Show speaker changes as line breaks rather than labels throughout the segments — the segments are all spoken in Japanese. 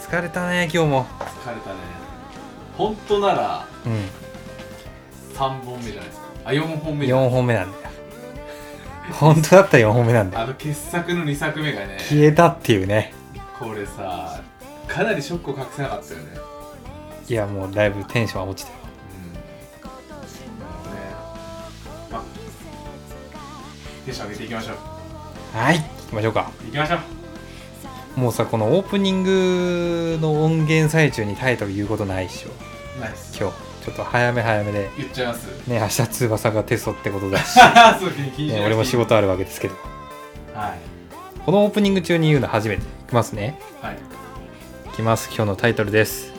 疲れたね今日も
疲れたね本当なら
うん
3本目じゃないですかあ4本目じゃない
4本目なんだよ 本当だったら4本目なんだよ
あの傑作の2作目がね
消えたっていうね
これさかなりショックを隠せなかったよね
いやもうだいぶテンションは落ちたよ
うんねまあテンション上げていきましょう
はい行きましょうか
いきましょう
もうさこのオープニングの音源最中にタイトル言うことないっしょ
ナイス
今日ちょっと早め早めで
言っちゃいます
ね明日翼がテストってことだし、
そう気にしなくていい
ね、俺も仕事あるわけですけど
はい
このオープニング中に言うの初めていきますね
はい
いきます今日のタイトルです、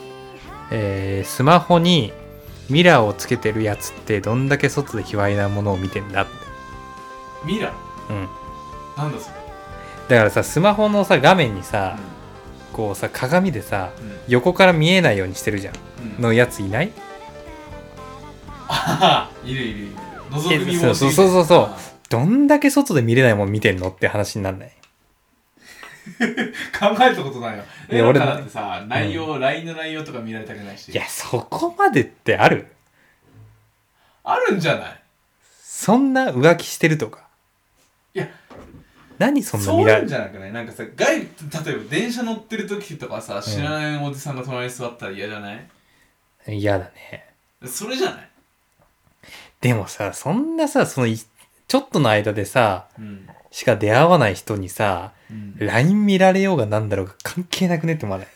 えースマホにミラーをつけてるやつってどんだけ外で卑猥なものを見てんだって
ミラ
うん
なんだそれ
だからさスマホのさ画面にさ
うん
こうさ鏡でさ
うん
横から見えないようにしてるじゃん
うん
のやついない
あ はいるいるいる覗く見
えそうそうそうそう
そう
どんだけ外で見れないもん見てんのって話になんない
考えたことないよ
い
え
や
なん
俺
かだってさ内容 LINE の内容とか見られたくないし
いやそこまでってある
あるんじゃない
そんな浮気してるとか
いや
何そんな
そう
見
な
ら
ん
れ
じゃなくないなんかさ外例えば電車乗ってる時とかさ知らないおじさんが隣に座ったら嫌じゃない
嫌だね
それじゃない
でもさそんなさそのいちょっとの間でさ
うん
しか出会わない人にさ
うん
LINE 見られようがなんだろうが関係なくねって思わない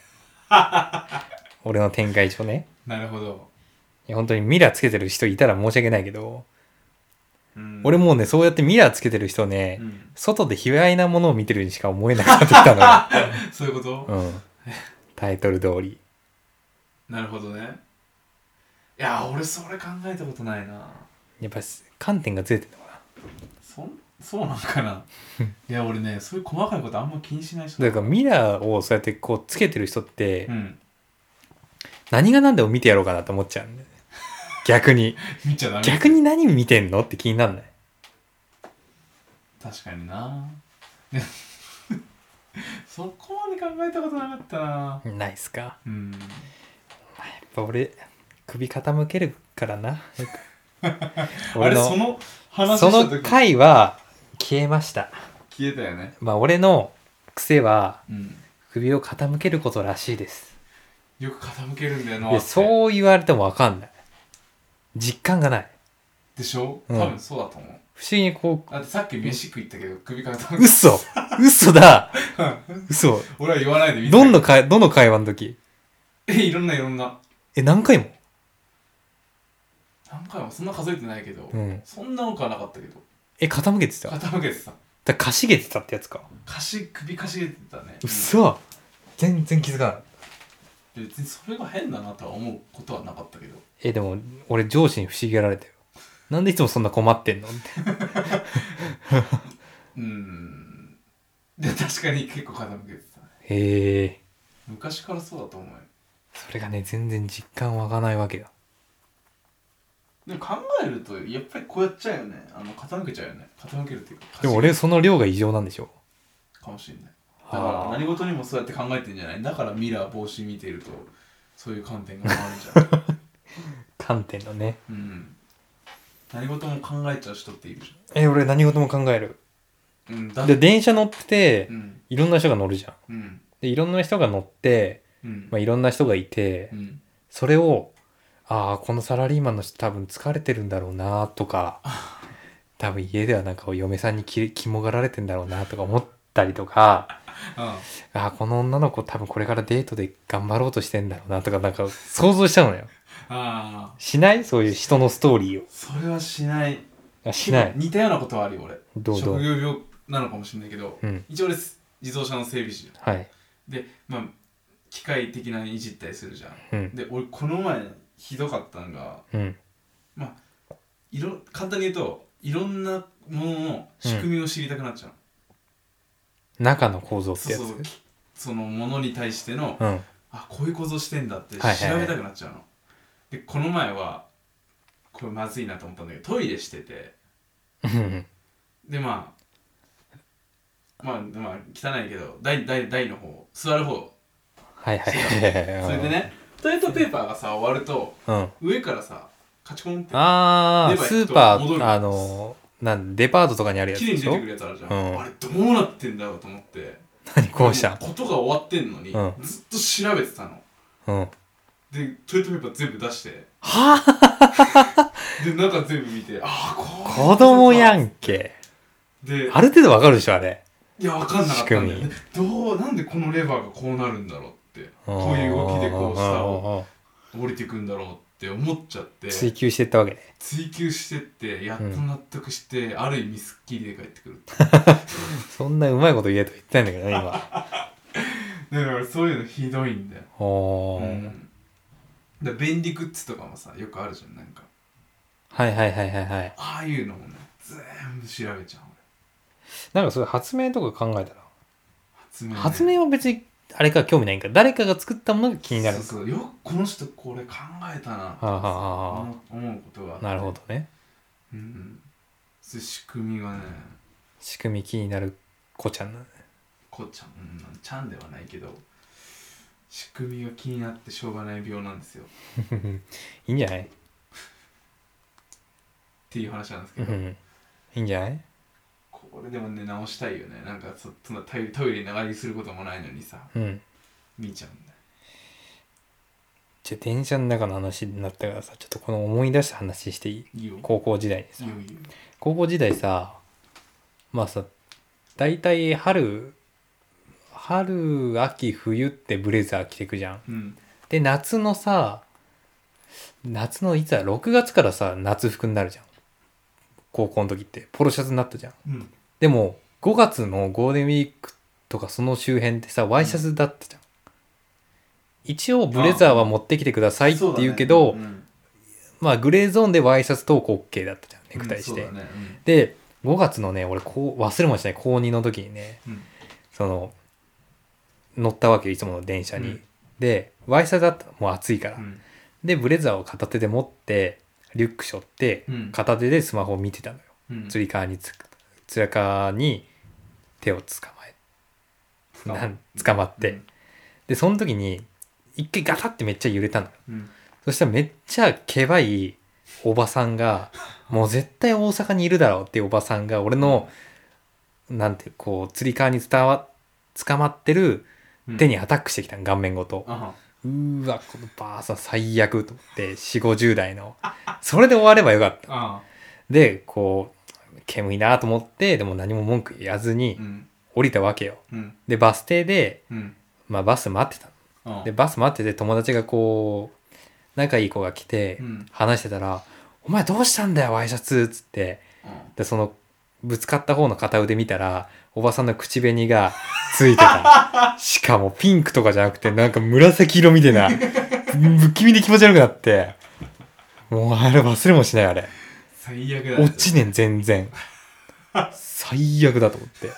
俺の展開上ね
なるほど
いや本当にミラーつけてる人いたら申し訳ないけど、
うん
俺もうねそうやってミラーつけてる人ね、
うん
外で卑猥なものを見てるにしか思えなくなってきた
そういうこと
のよ、うん、タイトル通り
なるほどねいや俺それ考えたことないな
やっぱす観点がずれてるのか
そんそうなんか ないや俺ねそういう細かいことあんま気にしない人
なだからミラーをそうやってこうつけてる人って、
うん
何が何でも見てやろうかなと思っちゃうんだよね 逆に
見ちゃダメ
逆に何見てんのって気になんない
確かにな でもそこまで考えたことなかったな
ないっすか
うん
やっぱ俺首傾けるからな
あれ
俺の
その話
そ
した
の
時
回は消えました
消えたよね
まあ俺の癖は
うん
首を傾けることらしいです
よく傾けるんだよな
で
う
そう言われても分かんない実感がない
でしょ
うん
多分そうだと思う、
不思議にこ
だってさっき飯食いったけど首傾け
う嘘 嘘だ嘘
俺は言わないでみ
どんな会どの会話の時
えいろんないろんな
え何回も
何回もそんな数えてないけど、
うん
そんな多くはなかったけど
え傾けてただか
傾けてた
らかしげてたってやつか
かし首かしげてたね
嘘全然気づか
う
ない
ん別にそれが変だなとは思うことはなかったけど
えでも俺上司に不思議がられたよなんでいつもそんな困ってんのって
うーんで確かに結構傾けてたね
へえ
昔からそうだと思うよ
それがね全然実感湧かないわけだ
でも考えるとやっぱりこうやっちゃうよねあの傾けちゃうよね傾けるっていうか
でも俺その量が異常なんでしょ
かもしれないだから何事にもそうやって考えてんじゃないだからミラー帽子見てるとそういう観点が変わるんじゃ ない
観点のね
うん何事も考えちゃう人っているじ
え俺何事も考える
ゃんうんだ
で電車乗ってて
うん
いろんな人が乗るじゃん
うん
でいろんな人が乗って、
うん
まあ、いろんな人がいて
うん
それをああこのサラリーマンの人多分疲れてるんだろうなとか多分家ではなんかお嫁さんにき肝がられてんだろうなとか思ったりとか
あ
ああこの女の子多分これからデートで頑張ろうとしてんだろうなとかなんか想像しちゃうのよ
あ
しないそういう人のストーリーを
それはしない
あしない
結構似たようなことはあるよ俺
どうど
職
う
業病なのかもしれないけど
うん
一応俺自動車の整備士じゃん
はい
でまあ機械的ないじったりするじゃん
うん
で俺この前ひどかったのが
うん
いろ簡単に言うといろんなものの仕組みを知りたくなっちゃう、
中の構造って
そう
や
そうう
つ
そうきそのものに対しての、
ん
あこういう構造してんだって調
はいはいはい
べたくなっちゃうの、でこの前はこれまずいなと思ったんだけどトイレしてて
うん
でまあまあ、まあ、汚いけど台台台の方座る方
はいはい。
それで。ねトイレットペーパーがさ終わると
うん。
上からさカチコンって
あ
レ
あ、
バー
ス
行くと
ーパ
戻るんで
ー、
す
あの、なんデパートとかにあるやつ
綺麗
で
に
し
出て
ょ
くるやつあるじゃん、
うん
あれどうなってんだろうと思って
何こうした
ことが終わってんのに、
うん
ずっと調べてたの
うん。は
でトイレットペーパー全部出して
あ
で中全部見てああこう
子供やんけ。
で
ある程度わかるでしょ、あれ。
いやわかんなかったんだよ
仕
ねどうなんでこのレバーがこうなるんだろうって
うん
こういう動きでこう下を
うんうんうん
降りてくんだろうって思っちゃって
追求していったわけね。
追求してってやっと納得して、ある意味すっきりで帰ってくるって
そんなうまいこと言えとか言ってないんだけどね、 今。
だからそういうのひどいんだよ、
お
う
ー
ん、だから便利グッズとかもさよくあるじゃんなんか
はいはいはいはいはい。
ああいうのもね全部調べちゃう俺
なんかそういう発明とか考えたら。
発明ね、
発明は別に、あれか興味ないんか。誰かが作ったものが気になる。
そうそうよくこの人これ考えたな
はあはあはあ
思う思うことがあって
なるほどね。
うんうんそういう仕組みがね
仕組み気になる子ちゃんなのね。
こっちゃん、うん、ちゃんではないけど仕組みが気になってしょうがない病なんですよっ
いいんじゃない
ていう話なんですけ
う
ど、
ん。いいんじゃない
これでもね直したいよねなんかそそんなトイレトイレに長居することもないのにさ
うん。
見ちゃうんだよ
じゃあ電車の中の話になったからさ、ちょっとこの思い出した話していい
いいよ
高校時代に
い
さ
い。よいいよ
高校時代さ、まあさ、大体春、春、秋、冬ってブレザー着てくじゃん。
うん
で、夏のさ、夏のいつだ、6月からさ、夏服になるじゃん。高校の時って、ポロシャツになったじゃん。
うん
でも、5月のゴールデンウィークとかその周辺ってさ、ワイシャツだったじゃん。一応、ブレザーは持ってきてくださいって言うけ
そ
ど、
うだねうん
まあ、グレーゾーンでワイシャツ投稿 OK だったじゃん、ネクタイして。
うんそうだね
で、5月のね、俺こう、忘れもしない、高2の時にね、
うんうん
その、乗ったわけよ、いつもの電車に。
うん
で、ワイシャツだったもう暑いから。
うん
でブレザーを片手で持ってリュック背負って
うん
片手でスマホを見てたのよ、
うん
つり革につつらかに手を捕まえなん捕まって、でその時に一回ガタってめっちゃ揺れたのよ
うんうん
そしたらめっちゃけばいおばさんがもう絶対大阪にいるだろうっていうおばさんが俺のなんていうこうつり革に伝わ捕まってる
うん
手にアタックしてきたの顔面ごと、
あは
うーわ、このばあさん最悪と思って、4、50代の。それで終わればよかった。
あ
で、こう、煙いなと思って、でも何も文句言わずに
うん
降りたわけよ。
うん
で、バス停で、
うん
まあバス待ってた
あ
の。で、バス待ってて友達がこう、仲いい子が来て
うん、
話してたら、お前どうしたんだよ、ワイシャツつって。
あ
で、その、ぶつかった方の片腕見たら、おばさんの口紅がついて た。しかもピンクとかじゃなくて、なんか紫色みたいな、不気味で気持ち悪くなって。もうあれ忘れもしない、あれ。
最悪だ
落ちねん、全然。最悪だと思って。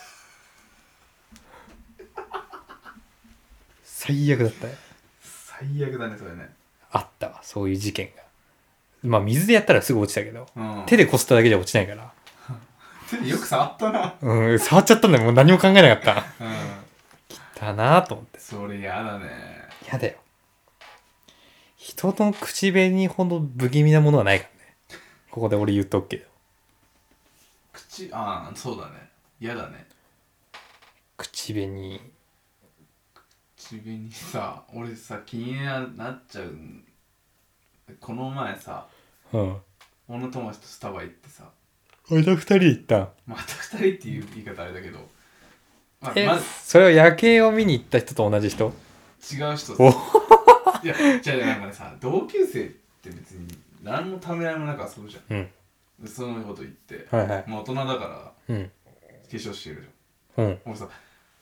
最悪だったよ。
最悪だねそれね
あったわ、そういう事件が。まあ水でやったらすぐ落ちたけど、
うん
手でこすっただけじゃ落ちないから。
手でよく触ったな
うん、触っちゃったんだよ、もう何も考えなかった。
うん
だなぁと思って。
それやだね
やだよ。人の口紅ほど不気味なものはないからね。ここで俺言っとくけど。
口ああそうだねやだね
口紅。
口紅さ俺さ気になっちゃうんこの前さ
うん。
小野友達とスタバ行ってさ
俺と二人で行ったん。
また二人っていう言い方あれだけど、まあ、
え、
まず
それを夜景を見に行った人と同じ人
違う人
お
いやじゃあなんかねさ同級生って別に何のためらいもなく遊ぶじゃん
うん。
でそのこと言って、
はいはい。
もう大人だから
うん。
化粧してるじ
うん。
ゃん俺さ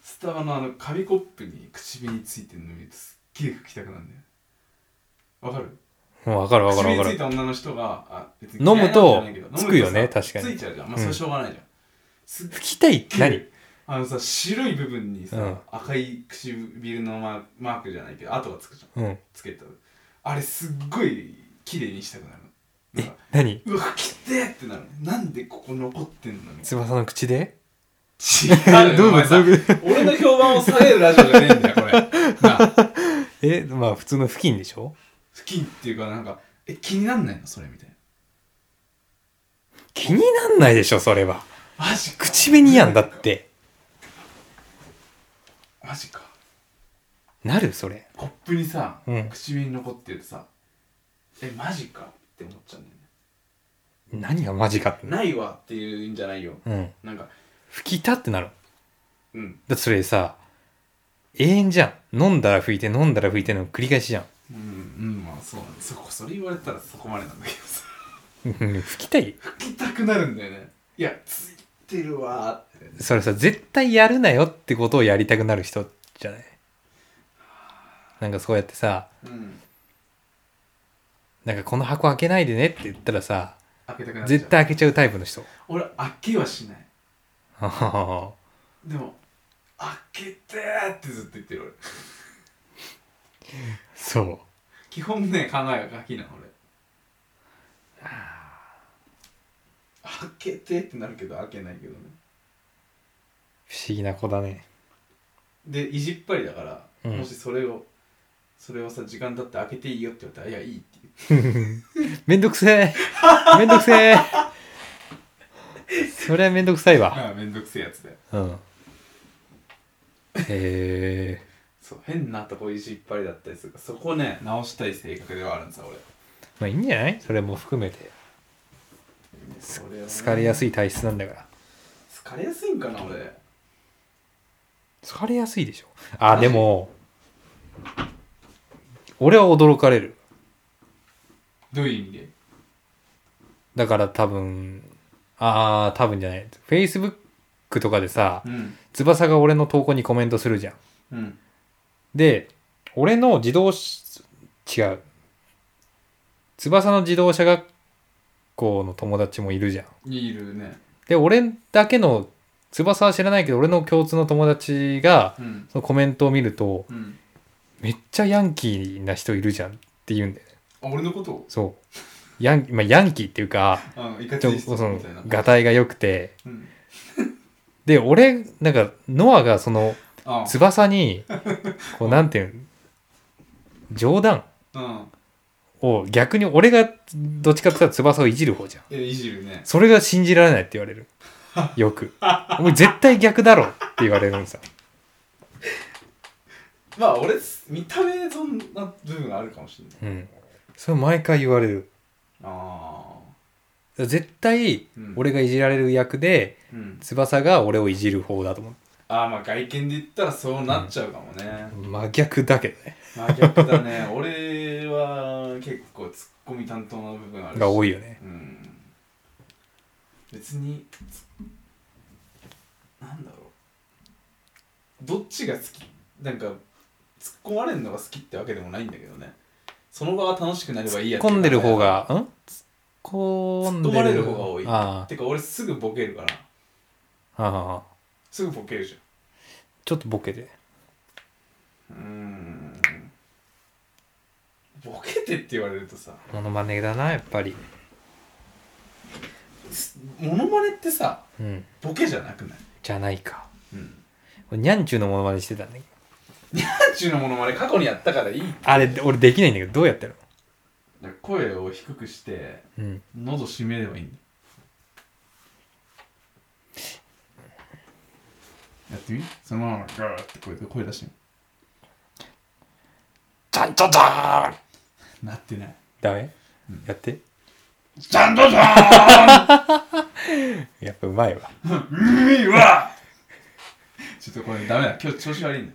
スタバのあの紙コップに口紅ついてるの見るとすっげえ拭きたくなるんだよわかる
うんわかるわかる
唇
わ
に
か
つい
る。
た女の人があ別
飲
嫌
むと
いなんじゃないけど
つくよね
飲むとさ
確かに
ついちゃうじゃんまあそれしょうがないじゃん、すっ
拭きたいって
げ
何
え あのさ白い部分にさ、
うん
赤い唇のマークマークじゃないけど跡がつくじゃん
うん。
つけたあれすっごい綺麗にしたくなるのなんか
何
うわきてーってなるのなんでここ残ってんのに
翼の口で
違うよ
どういうこと
お前さ
どういうこ
俺の評判を下げるラジオじゃねえんだよこれなあ
え、まあ普通の付近でしょ
付近っていうかなんかえ気になんないのそれみたいな
気になんないでしょ、それは。
マジか
口紅やんだって。
マジか
なるそれ。
コップにさ、
うん
口紅残っててさえマジかって思っちゃうんだよね
何がマジかって。
ないわっていうんじゃないよ
うん。
なんか
吹きたってなる。
うん
だってそれさ、永遠じゃん。飲んだら吹いて、飲んだら吹いての繰り返しじゃん。
うんうんまあそうなんだそこそれ言われたらそこまでなんだけどさ
うん吹きたい
吹きたくなるんだよねいやついてるわーって
それさ絶対やるなよってことをやりたくなる人じゃないなんかそうやってさ
うん
なんかこの箱開けないでねって言ったらさ
開けたくなっちゃう
絶対開けちゃうタイプの人
俺開けはしない
あはは
でも開けてーってずっと言ってる俺
そう
基本ね考えがガキなの俺開けてってなるけど開けないけどね
不思議な子だね
で意地っぱりだから、
うん
もしそれをそれをさ時間だって開けていいよって言われたら「いやいい」って
めんどくせ えめんどくせえそりゃめんどくさいわ
ああめんどくせえやつだよ
うんへえ
そう変なとこ意地っぱりだったりするからそこをね直したい性格ではあるんさ俺
まあいいんじゃないそれも含めて
それはね
好かれやすい体質なんだから
疲れやすいんかな俺
疲れやすいでしょあでも俺は驚かれる
どういう意味で
だから多分ああ多分じゃない Facebook とかでさ
うん
翼が俺の投稿にコメントするじゃん
うん
で俺の自動し違う翼の自動車学校の友達もいるじゃん
いるね
で俺だけの翼は知らないけど俺の共通の友達が
うん
そのコメントを見ると
うん
めっちゃヤンキーな人いるじゃんって言うんだよ
あ俺のことを
そう。ヤン,、まあ、ヤンキーってい うか、
うんいか
ち
つ
ょ
い
そ
人
の
みたいな、
がたいが良くて。
うん
で、俺、なんか、ノアがその、
あ
翼に、こう、なんていうの、冗談
うん
を逆に俺が、どっちかって言ったら翼をいじる方じゃん。
えいじるね
それが信じられないって言われる。よく。お前絶対逆だろって言われるんさ。
まあ俺見た目そんな部分があるかもしれない
うん。それ毎回言われる。
あ
絶対、
あ、うん、
俺がいじられる役で、
うん、
翼が俺をいじる方だと思う。
ああまあ外見で言ったらそうなっちゃうかもね、
真逆だけどね。
真逆だね 俺は結構ツッコミ担当の部分あるし
が多いよね。
うん別につなんだろうどっちが好きなんか突っ込まれるのが好きってわけでもないんだけどねその場が楽しくなればいいや
突っ
っていう
込んでる方が、ん
突
突
っ込まれる方が多い
あ
てか俺すぐボケるから
あああ
すぐボケるじ
ちょっとボケて。
ゃんうーんボケてって言われるとさ
モノマネだな、やっぱり。
すモノマネってさ
うん。
ボケじゃなくない
じゃないか。
うん
にゃんちゅうのモノマネしてたんだけど。
なんちゅうのモノマネ過去にやったからいい
あれ、俺できないんだけど、どうやってやる
声を低くして
のうん。
喉閉めればいいんだよやってみそのままガーって声で声出して
ちゃんちゃんちゃん
みなってない
ダメ
うん
やって。
ちゃんとじゃ
やっぱうまいわ。
ーんういわちょっとこれダメだ今日調子悪いんだ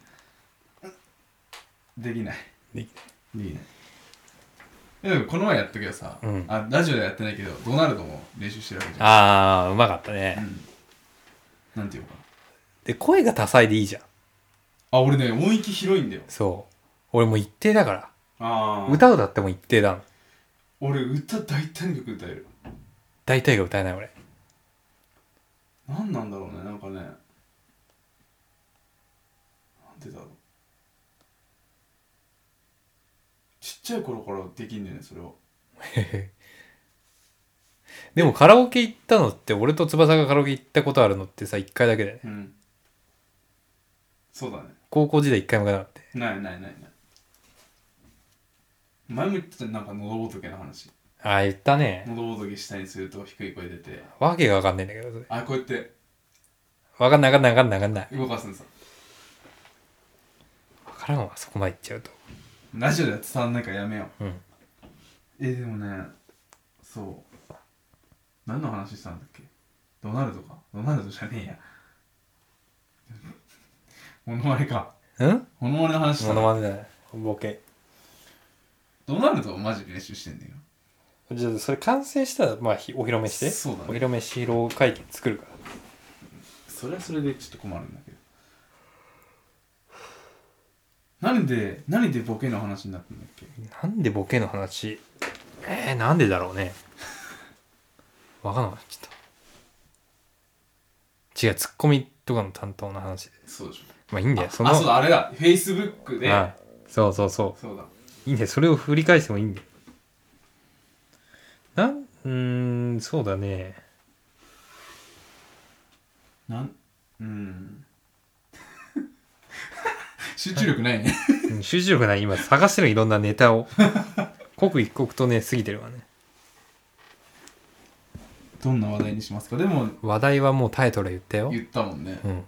できない
でき
できないえでもこの前やったけどさ、
うん
あラジオではやってないけどドナルドも練習してるわけじゃん
ああ、うまかったね。
うん、なんていうのかな
で、声が多彩でいいじゃん。
あ俺ね音域広いんだよ
そう。俺もう一定だから。
ああ
歌をだってもう一定だの。
俺歌大体の曲歌える
大体が歌えない俺。
何なんだろうねなんかねなんでだろうちっちゃい頃からできんだよねそれは
でもカラオケ行ったのって、俺と翼がカラオケ行ったことあるのってさ、一回だけだよね。
うんそうだね
高校時代一回も行かなかった。
ないないないない前も言ってたなんか喉仏の話
ああ、言ったね。
喉仏下にすると低い声出て
わけがわかんないんだけど、それ
あこうやって
わかんないわかんないわかんないわかんない。
動かすんですよ
わからんわ、そこまで行っちゃうと。
ラジオでは伝わんないからやめよう
うん。
えでもねそう何の話したんだっけドナルドかドナルドじゃねえや モノマネか
うん
モノマネの話し
モ
た
ノ
な
マネだね。ボケ。
ドナルドはマジで練習してんだよ
じゃあ、それ完成したら、まあ、ひお披露目して。
そうだね
お披露目披露会見作るから。
それはそれでちょっと困るんだけど何で何でボケの話になったんだっけ
なんでボケの話えー、なんでだろうね。わかんなかった。ちょっと違う、ツッコミとかの担当の話で。
そうでしょ
まあいいんだよ。その
あそうだあれだフェイスブックで
はいそうそうそ
そうだ
う。いいんだよ。それを振り返してもいいんだよ。なん、うーん、そうだね。
なんうん集中力ないね
うん集中力ない。今探してるいろんなネタを。刻一刻とね、過ぎてるわね。
どんな話題にしますかでも
話題はもうタイトル言ったよ。
言ったもんね
うん。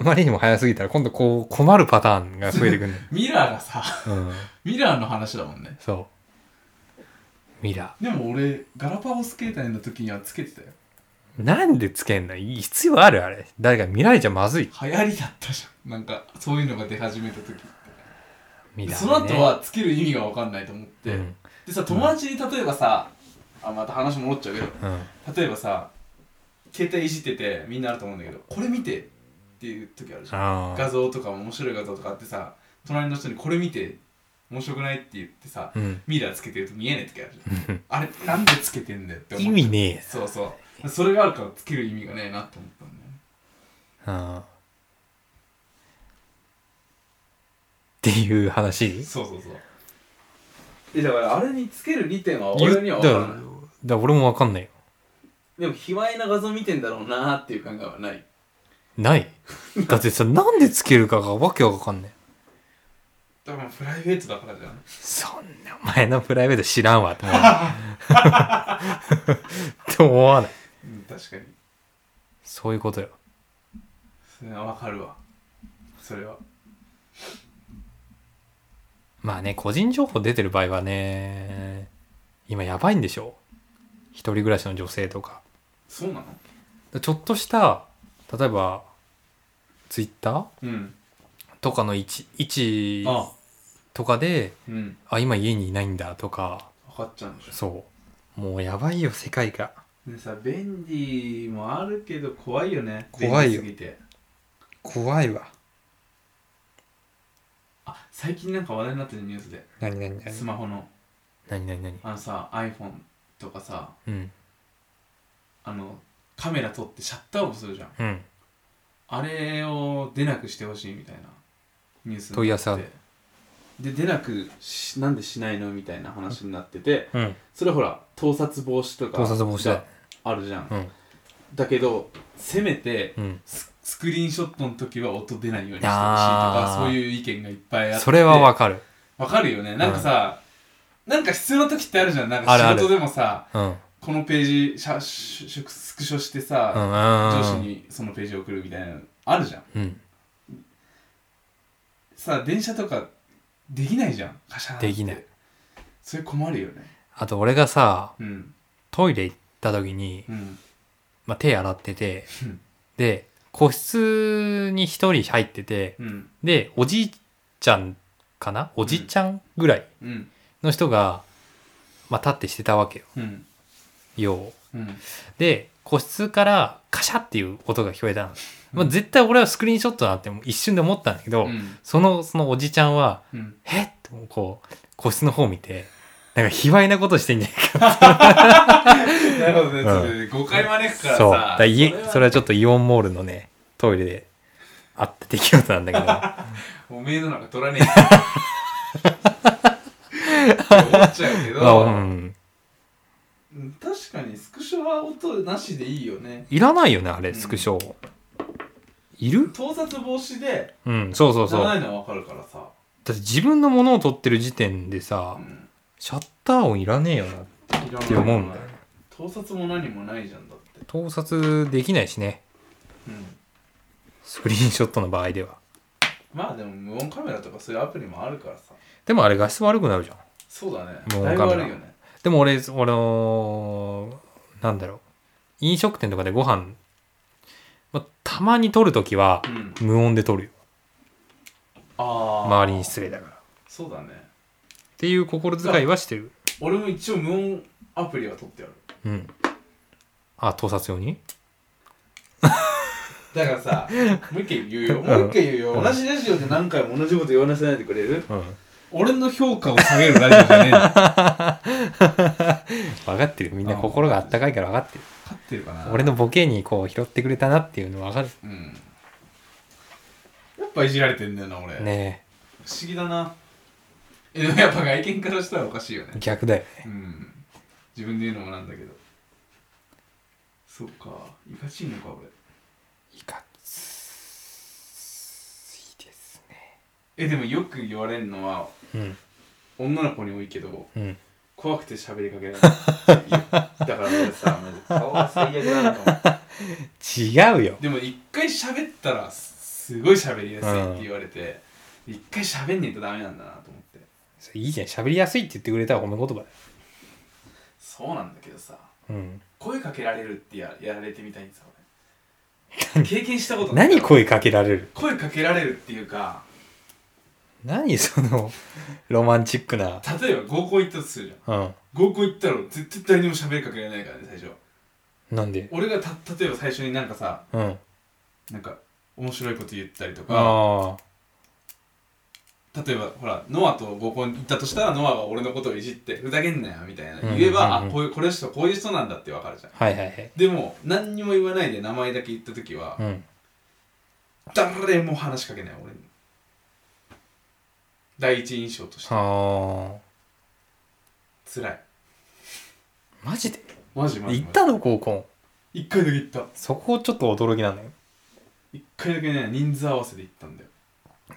あまりにも早すぎたら今度こう困るパターンが増えてくるね。
ミラーがさ
うん。
ミラーの話だもんね
そう。ミラ
でも俺ガラパゴス携帯の時にはつけてたよ
ー。なんでつけんのい必要あるあれ。誰か見られちゃまずい。
流行りだったじゃんなんかそういうのが出始めた時
ミラー、ね。
その後はつける意味が分かんないと思って、
うん。
でさ友達に例えばさ、あまた話戻っちゃうけど
うん。
例えばさ携帯いじっててみんなあると思うんだけどこれ見てっていう時あるじゃん
あ
画
あ。
像とか面白い画像とかあってさ隣の人にこれ見て面白くないって言ってさ
うん。
ミラーつけてると見えない時あるじゃんあれなんでつけてんだよって思
意
う
味ねえ。
そうそうそれがあるからつける意味がねえなと思ったんだよね
ああ。っていう話
そうそうそうえだからあれにつける利点は
言
俺
っ
に
た
は
ら
分
だ
からない
から俺もわかんないよ。
でも卑猥な画像見てんだろうなーっていう感覚はない
ない。だってさ、なんでつけるかがわけわかんない。
多分プライベートだからじゃん
そんなお前のプライベート知らんわと思う。と思わない。
うん確かに
そういうことよ。
それは分かるわそれは
まあね、個人情報出てる場合はね、今やばいんでしょ一人暮らしの女性とか。
そうなの
ちょっとした、例えば、ツイッター
うん
とかの位置、位置
あ
とかで、
うん
あ、今家にいないんだとか、
分かっちゃうんでし
そう。もうやばいよ、世界が。
ょでさ便利もあるけど怖いよね
怖いよ
便利すぎて
怖いわ。
あ最近なんか話題になってるニュースで
なになになに
スマホの
なになになに
あのさ iPhone とかさ
うん。
あのカメラ撮ってシャッターオフするじゃん
うん。
あれを出なくしてほしいみたいなニュースになって
問い合わせある
で出なくしなんでしないのみたいな話になってて
うん。
それほら盗撮防止とか
盗撮防止だよ
あるじゃん、
うん。
だけどせめて
うん。
ススクリーンショットの時は音出ないようにしてほしいとか
あー
そういう意見がいっぱいあって
それはわかる。
わかるよねなんかさ、なんか必要な時ってあるじゃんなん
あ
か
るあ
仕
る
事でもさ
うん。うん。
このページシャシュシュスクショしてさ、上司
うん。
にそのページ送るみたいなのあるじゃん
うん。
さ電車とかできないじゃんカシャーンって
できない
それ困るよね
あと俺がさ、
うん
トイレ行った時に、
うん
まあ、手洗ってて
うん、
で、個室に一人入ってて、
うん
で、おじいちゃんかなおじいちゃんぐらい
うん
の人が、まあ、立ってしてたわけよ。
うん
よう。
うん
で、個室からカシャっていう音が聞こえたの。まあ、絶対俺はスクリーンショットだなって一瞬で思ったんだけど、
うん
その、そのおじちゃんは、
うん
えっと、こう、個室の方見て、なんか卑猥なことしてんじゃないか。
なるほどね、
うん
それ誤解招くからさ
そう。だから家それ
それは
はちょっとイオンモールのね、トイレであった出来事なん だけど、
おめえのなんか取らねえよって思っちゃうけど、
まあ、うん。
うん確かにスクショは音なしでいいよね
いらないよね、あ
う
れ、
ん
スクショ。いる
盗撮防止で
うん、そうそう
な
そ
らな
う。
いのはわかるからさ
だって自分のものを撮ってる時点でさ
うん
シャッター音いらねえよない
らない
って思うんだよ
盗撮も何もないじゃんだって
盗撮できないしね
うん
スクリーンショットの場合では
まあでも無音カメラとかそういうアプリもあるからさ
でもあれ画質悪くなるじゃん
そうだね
無音
だいぶ
カメラ
悪いよね
でも俺俺のなんだろう飲食店とかでご飯、まあ、たまに撮るときは
うん
無音で撮るよ
ああ
周りに失礼だからっ
そうだね
ていう心遣いはしてる
俺も一応無音アプリは撮ってある
うんあ盗撮用に
だからさもう一回言うよもう一回言うよ同じラジオで何回も同じこと言わなせないでくれる
うん
俺の評価を下げるラジオじゃ ねえの勝
分かってるみんな心があったかいから分かってる
ってるかな
俺のボケにこう拾ってくれたなっていうの分かる
うんやっぱいじられてんだよな俺、
ね
不思議だなえでもやっぱ外見からしたらおかしいよね
え逆だよね
うん自分で言うのもなんだけどそうかいかちいのか俺
いかついいです
えでもよく言われるのは
ね
女の子に多いけど
うんうん
怖くて喋りかけられないっていうだから俺さマジ顔が最悪だなと思って
違うよ
でも一回喋ったらすすごい喋りやすいって言われて一回喋んねえとダメなんだなと思って
それいいじゃん喋りやすいって言ってくれたら褒め言葉だよ
そうなんだけどさ
うん
声かけられるってややられてみたいんさ俺経験したことない
何声かけられる
声かけられるっていうか
何そのロマンチックな
例えば合コン行ったとするじゃん
うん
合コン行ったら絶対誰にも喋りかけられないからね最初
なんで
俺がた例えば最初になんかさ
うんあ
なんか面白いこと言ったりとか
あ
例えばほらノアと合コン行ったとしたらノアが俺のことをいじってふざけんなよみたいな
うん
言えば、
うん
あこういうこれの人こういう人なんだってわかるじゃん
はいはいはい
でも何にも言わないで名前だけ言った時は、
うん
誰も話しかけない俺に第一印象として
あ
辛い
あマジで
マジマジ
行っ
マジ
たの合コン
一回だけ行った
そこちょっと驚きなのよ
一回だけね人数合わせで行ったんだよ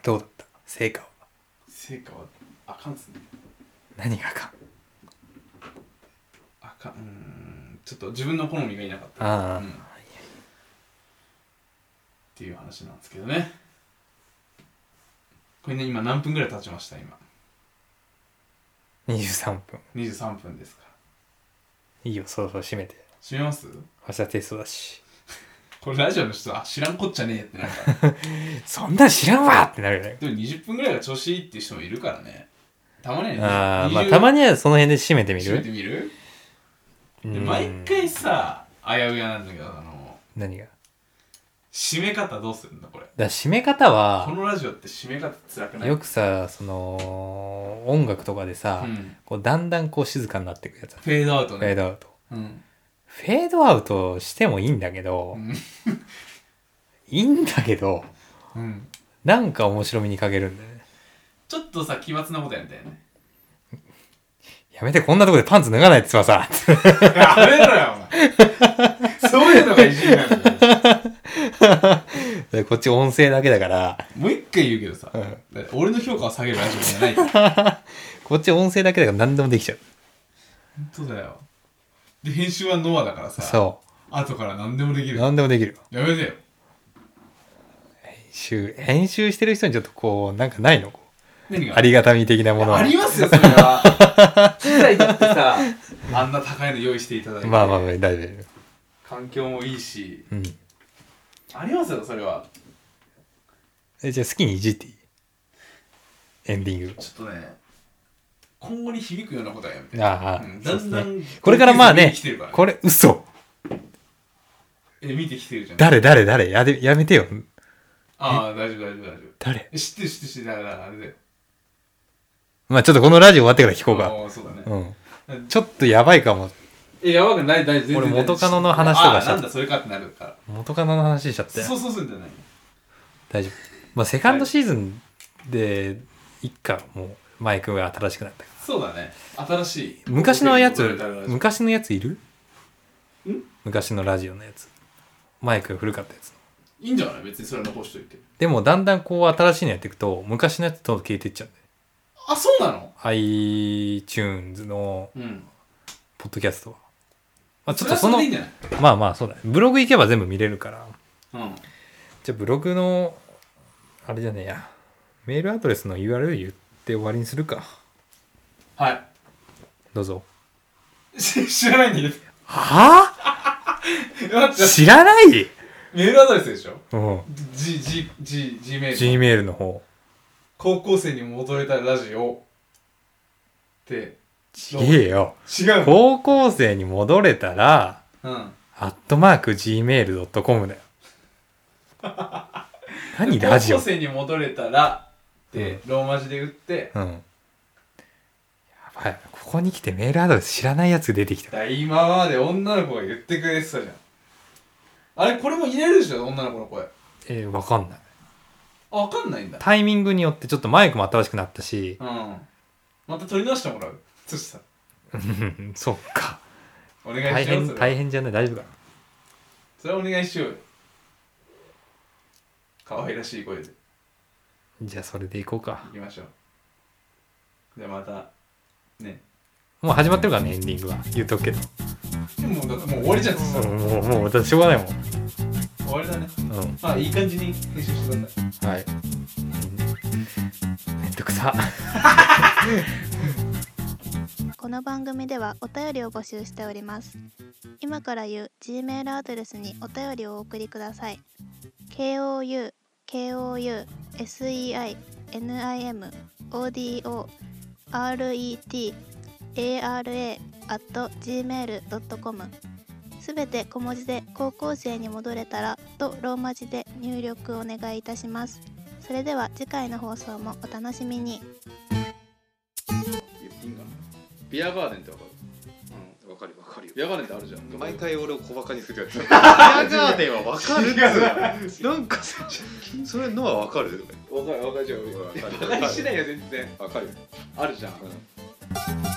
どうだった成果は
成果はあかんっすね
何がか
あかんうーんちょっと自分の好みがいなかった
ああ
うんっていう話なんですけどねこれね今何分ぐらい経ちました今
23分
23分ですから
いいよそろそろ閉めて
閉めます
明日テストだし
これラジオの人はあ知らんこっちゃねえってなるから
そんなん知らんわってなるよね
でも20分ぐらいが調子いいっていう人もいるからねたまにはね
ああまあ
20
たまにはその辺で閉めてみ
閉め
る
てみる
う
で
ん
毎回さ危うやなんだけどあの
何が
締め方どうするんだこれ
だから締め方
こ
は
のラジオって締め方辛くない
よくさその音楽とかでさ、
うん、
こうだんだんこう静かになっていくやつフ
フェードアウト
ェー
ね、
ドアウト
うん、
フェードアウトしてもいいんだけど、
うん
いいんだけど
うん、
なんか面白みに欠けるんだよね
ちょっとさ奇抜なことやりたいよね
やめてこんなとこでパンツ脱がないってさ
やめろよお前そういうのがいじりなんだよ
こっち音声だけだから、
もう一回言うけどさ、
うん
だって俺の評価を下げるラジオじゃないから
こっち音声だけだから何でもできちゃう
本当だよで編集はノアだからさ
そ
後から何でもでき
う
るや
何でもできる
めてよ
編集編集してる人にちょっとこうなんかないのこう
何が
ありがたみ的なもの
あ
は
りますよそれは機材だってさあんな高いの用意していただいて、
まあまあまあ大丈夫大丈
環境もいいし
夫うん
ありますよそれは
えじゃあ好きにいじっていいエンディング
ちょっとね今後に響くようなことはやめて
ああ、
うん
そ
だ
うっす
ん
ね
だん
これからまあ
見
ね
てきてるから
これ嘘
え見てきてるじゃん
誰誰誰やでやめてよ
ああ大丈夫大丈夫大丈夫
誰
え知ってる知ってる知ってるだからあれだよ
まあちょっとこのラジオ終わってから聞こう
あ
か
ーそうだね、
うんちょっとやばいかも
えやばくない大丈夫
俺元カノの話とかし
したたなんだそれかってなるから
元カノの話しちゃって
そうそうするんじゃない
大丈夫まあセカンドシーズンでいっかもうマイクが新しくなったか
そうだね新しい
ら昔のやつ
うん
昔のやついる
ん
昔のラジオのやつマイクが古かったやつ
いいんじゃない別にそれは残しといて
でもだんだんこう新しいのやっていくと昔のやつどんどん消えていっちゃうんだよ
あそうなの
iTunes の
うん
ポッドキャストは。まあちょ
れ
っと
は
その
れでいいんじゃない
まあまあそうだね。ブログ行けば全部見れるから。
うん
じゃあブログの、あれじゃねえや。メールアドレスの URL 言って終わりにするか。
は
どうぞ。
いし 知らないんだけど
は
え待って
ぁ知らない
メールアドレスでしょ
うん。
G, G, G, G メール
Gmail の方。
高校生に戻れたラジオって
ちげえよ。
違うの
高校生に戻れたら、
うん
アットマーク Gmail.com だよ。何ラジ
高
オ
校生に戻れたらってローマ字で打って
うん。やばい。ここに来てメールアドレス知らないやつ出てきた。
だ今まで女の子が言ってくれてたじゃんあれこれも入れるでしょ女の子の声
えー、わかんない。
あわかんないんだ
タイミングによってちょっとマイクも新しくなったし、
うんまた取り直してもらうそしたら
うんそうか。
お願い
大
しようそ
変、
れ
大
は
変じゃない大丈夫か
それはお願いしようよ可愛らしい声でい
な。じゃあそれでいこうか。
きましょうじゃあまたね
もう始まってるからね、エンディングは。言うとくけど。
でももうだってもう終わりじゃんそした
う
ら
んもう、もう、だってしょうがないもん。
終わりだね
うん。
まあいい感じに編集してください
はい。うんめんどくさ。
この番組ではお便りを募集しております今から言う G メールアドレスにお便りをお送りください KOU KOU SEI NIM ODO RET ARA gmail.com すべて小文字で高校生に戻れたらとローマ字で入力お願いいたしますそれでは次回の放送もお楽しみに
言っていいんかなビアガーデンってわかる
わかるわかるよ
ビアガーデンってあるじゃん
毎回俺を小バカにするやつビアガーデンはわかるっつうのなんかさそれのはわかる
わかるわかるじゃん
わかる
バカにしないよ全然
わかる
あるじゃん